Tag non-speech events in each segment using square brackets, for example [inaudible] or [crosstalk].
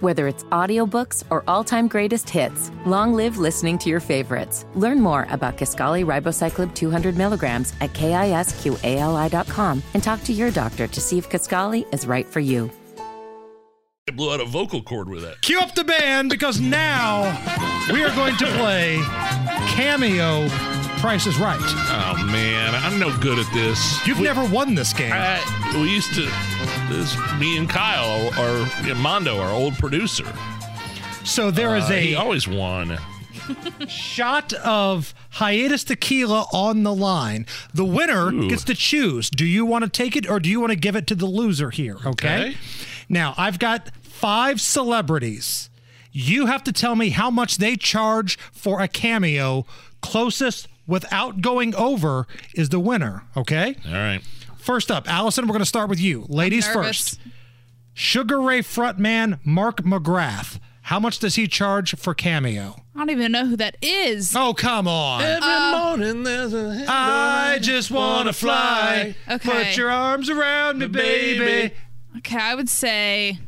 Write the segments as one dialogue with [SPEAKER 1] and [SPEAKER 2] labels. [SPEAKER 1] Whether it's audiobooks or all-time greatest hits, long live listening to your favorites. Learn more about Kaskali Ribocyclib 200 milligrams at kisqali.com and talk to your doctor to see if Kaskali is right for you.
[SPEAKER 2] I blew out a vocal cord with it.
[SPEAKER 3] Cue up the band because now we are going to play Cameo Price is Right.
[SPEAKER 2] Oh man, I'm no good at this.
[SPEAKER 3] You've
[SPEAKER 2] We-
[SPEAKER 3] never won this game.
[SPEAKER 2] I, we used to. This me and Kyle, or Mondo, our old producer.
[SPEAKER 3] so there is
[SPEAKER 2] Uh, he
[SPEAKER 3] a
[SPEAKER 2] always won.
[SPEAKER 3] shot of hiatus tequila on the line. The winner
[SPEAKER 2] Ooh.
[SPEAKER 3] gets to choose. Do you want to take it or do you want to give it to the loser here? Okay.
[SPEAKER 2] Okay.
[SPEAKER 3] Now, I've got five celebrities. You have to tell me how much they charge for a cameo. Closest without going over is the winner. Okay.
[SPEAKER 2] All right.
[SPEAKER 3] First up, Allison, we're going to start with you. Ladies
[SPEAKER 4] nervous.
[SPEAKER 3] first. Sugar Ray frontman Mark McGrath. How much does he charge for cameo?
[SPEAKER 4] I don't even know who that is.
[SPEAKER 3] Oh, come on.
[SPEAKER 4] Uh,
[SPEAKER 2] Every morning there's a.
[SPEAKER 3] I just want to fly.
[SPEAKER 4] Okay.
[SPEAKER 3] Put your arms around me, baby.
[SPEAKER 4] Okay, I would say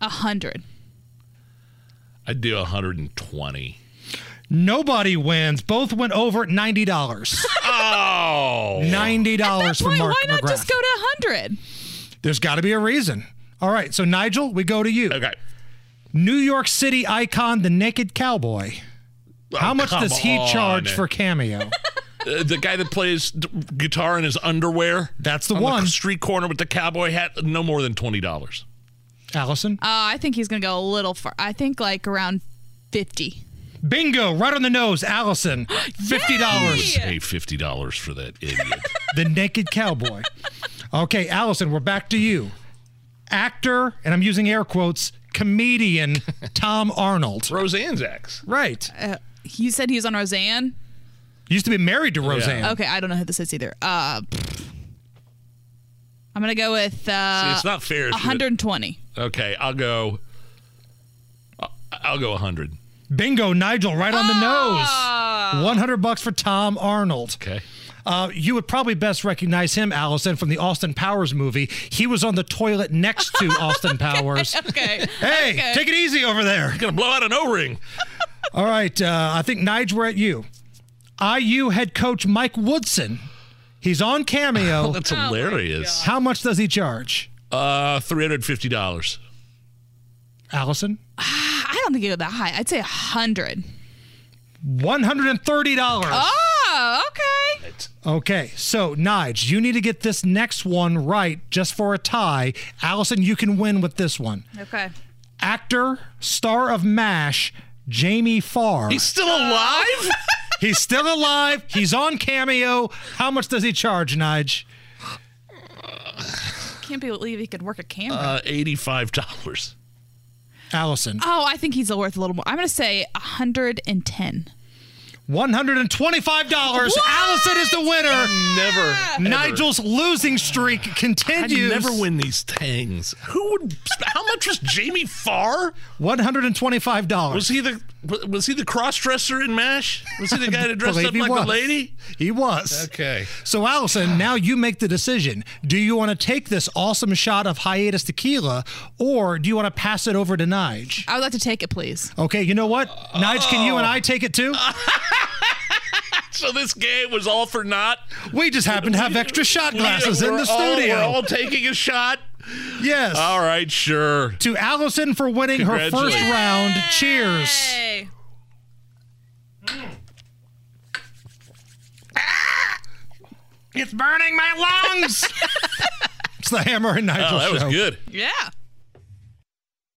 [SPEAKER 4] a hundred.
[SPEAKER 2] I do [laughs] 120.
[SPEAKER 3] Nobody wins. Both went over
[SPEAKER 4] [laughs]
[SPEAKER 3] $90.
[SPEAKER 2] Oh.
[SPEAKER 4] At
[SPEAKER 3] $90
[SPEAKER 4] that
[SPEAKER 3] for
[SPEAKER 4] point,
[SPEAKER 3] Mark
[SPEAKER 4] why not
[SPEAKER 3] McGrath.
[SPEAKER 4] just go to a hundred?
[SPEAKER 3] There's got to be a reason. All right, so Nigel, we go to you.
[SPEAKER 2] Okay.
[SPEAKER 3] New York City icon, the Naked Cowboy. How
[SPEAKER 2] Oh,
[SPEAKER 3] much
[SPEAKER 2] come
[SPEAKER 3] does he charge
[SPEAKER 2] on.
[SPEAKER 3] for cameo?
[SPEAKER 2] Uh, the guy that plays d- guitar in his underwear?
[SPEAKER 3] That's the
[SPEAKER 2] on
[SPEAKER 3] one.
[SPEAKER 2] street corner with the cowboy hat? No more than $20.
[SPEAKER 3] Allison?
[SPEAKER 4] Uh, I think he's gonna go a little far. I think like around fifty.
[SPEAKER 3] Bingo, right on the nose, Allison. $50.
[SPEAKER 2] Pay $50 for that idiot.
[SPEAKER 3] the naked cowboy. Okay, Allison, we're back to you. Actor, and I'm using air quotes, comedian Tom Arnold.
[SPEAKER 2] Roseanne's ex.
[SPEAKER 3] Right.
[SPEAKER 4] You said he was on Roseanne.
[SPEAKER 3] Used to be married to Roseanne.
[SPEAKER 4] Okay, I don't know who this is either. Uh, pfft. I'm gonna go with
[SPEAKER 2] See,
[SPEAKER 4] uh,
[SPEAKER 2] it's not fair. if you-
[SPEAKER 4] 120.
[SPEAKER 2] Okay, I'll go. I- I'll go 100.
[SPEAKER 3] Bingo, Nigel, right on the nose. 100 bucks for Tom Arnold.
[SPEAKER 2] Okay.
[SPEAKER 3] Uh, you would probably best recognize him, Allison, from the Austin Powers movie. He was on the toilet next to Austin Powers.
[SPEAKER 4] Okay.
[SPEAKER 3] Hey,
[SPEAKER 4] okay.
[SPEAKER 3] take it easy over there.
[SPEAKER 2] Gonna blow out an O ring.
[SPEAKER 3] All right, uh, I think Nige, we're at you. IU head coach Mike Woodson. He's on
[SPEAKER 2] [laughs]
[SPEAKER 3] cameo.
[SPEAKER 2] Oh, That's hilarious.
[SPEAKER 3] How much does he charge,
[SPEAKER 2] Uh, $350.
[SPEAKER 3] Allison?
[SPEAKER 4] I don't think you go that high. I'd say 100.
[SPEAKER 3] One hundred and thirty dollars.
[SPEAKER 4] Oh, okay.
[SPEAKER 2] Oh.
[SPEAKER 3] Okay, so Nige, you need to get this next one right just for a tie. Allison, you can win with this one.
[SPEAKER 4] Okay.
[SPEAKER 3] Actor, star of MASH, Jamie Farr.
[SPEAKER 2] He's still alive?
[SPEAKER 3] [laughs] He's still alive. He's on cameo. How much does he charge, Nige?
[SPEAKER 4] Can't believe he could work a camera.
[SPEAKER 2] Uh, $85.
[SPEAKER 3] Allison,
[SPEAKER 4] oh, I think he's worth a little more. I'm going to say 110.
[SPEAKER 3] one hundred and twenty-five dollars.
[SPEAKER 4] What?
[SPEAKER 3] Allison is the winner.
[SPEAKER 2] Never.
[SPEAKER 3] Nigel's losing streak
[SPEAKER 2] I
[SPEAKER 3] continues.
[SPEAKER 2] never win these things. Who would? How much was Jamie Farr?
[SPEAKER 3] One hundred and twenty-five
[SPEAKER 2] Was
[SPEAKER 3] dollars.
[SPEAKER 2] he the was he the crossdresser in Mash? Was he the guy that dressed
[SPEAKER 3] Believe
[SPEAKER 2] up
[SPEAKER 3] he
[SPEAKER 2] like
[SPEAKER 3] was.
[SPEAKER 2] a lady?
[SPEAKER 3] He was.
[SPEAKER 2] Okay.
[SPEAKER 3] So Allison, now you make the decision. Do you want to take this awesome shot of hiatus tequila, or do you want to pass it over to Nige?
[SPEAKER 4] I would like to take it, please.
[SPEAKER 3] Okay, you know what? Nige, can you and I take it too?
[SPEAKER 2] Oh. So this game was all for naught.
[SPEAKER 3] We just happen to have extra shot glasses in
[SPEAKER 2] We're
[SPEAKER 3] the
[SPEAKER 2] all-
[SPEAKER 3] studio.
[SPEAKER 2] we're all taking a shot.
[SPEAKER 3] yes.
[SPEAKER 2] All right, sure.
[SPEAKER 3] To Allison for winning her first
[SPEAKER 2] Congratulations.
[SPEAKER 3] round. Cheers.
[SPEAKER 4] Hey.
[SPEAKER 3] It's burning my lungs. it's the hammer and Nigel
[SPEAKER 2] Oh, that was
[SPEAKER 3] show.
[SPEAKER 2] Oh, good.
[SPEAKER 4] Yeah.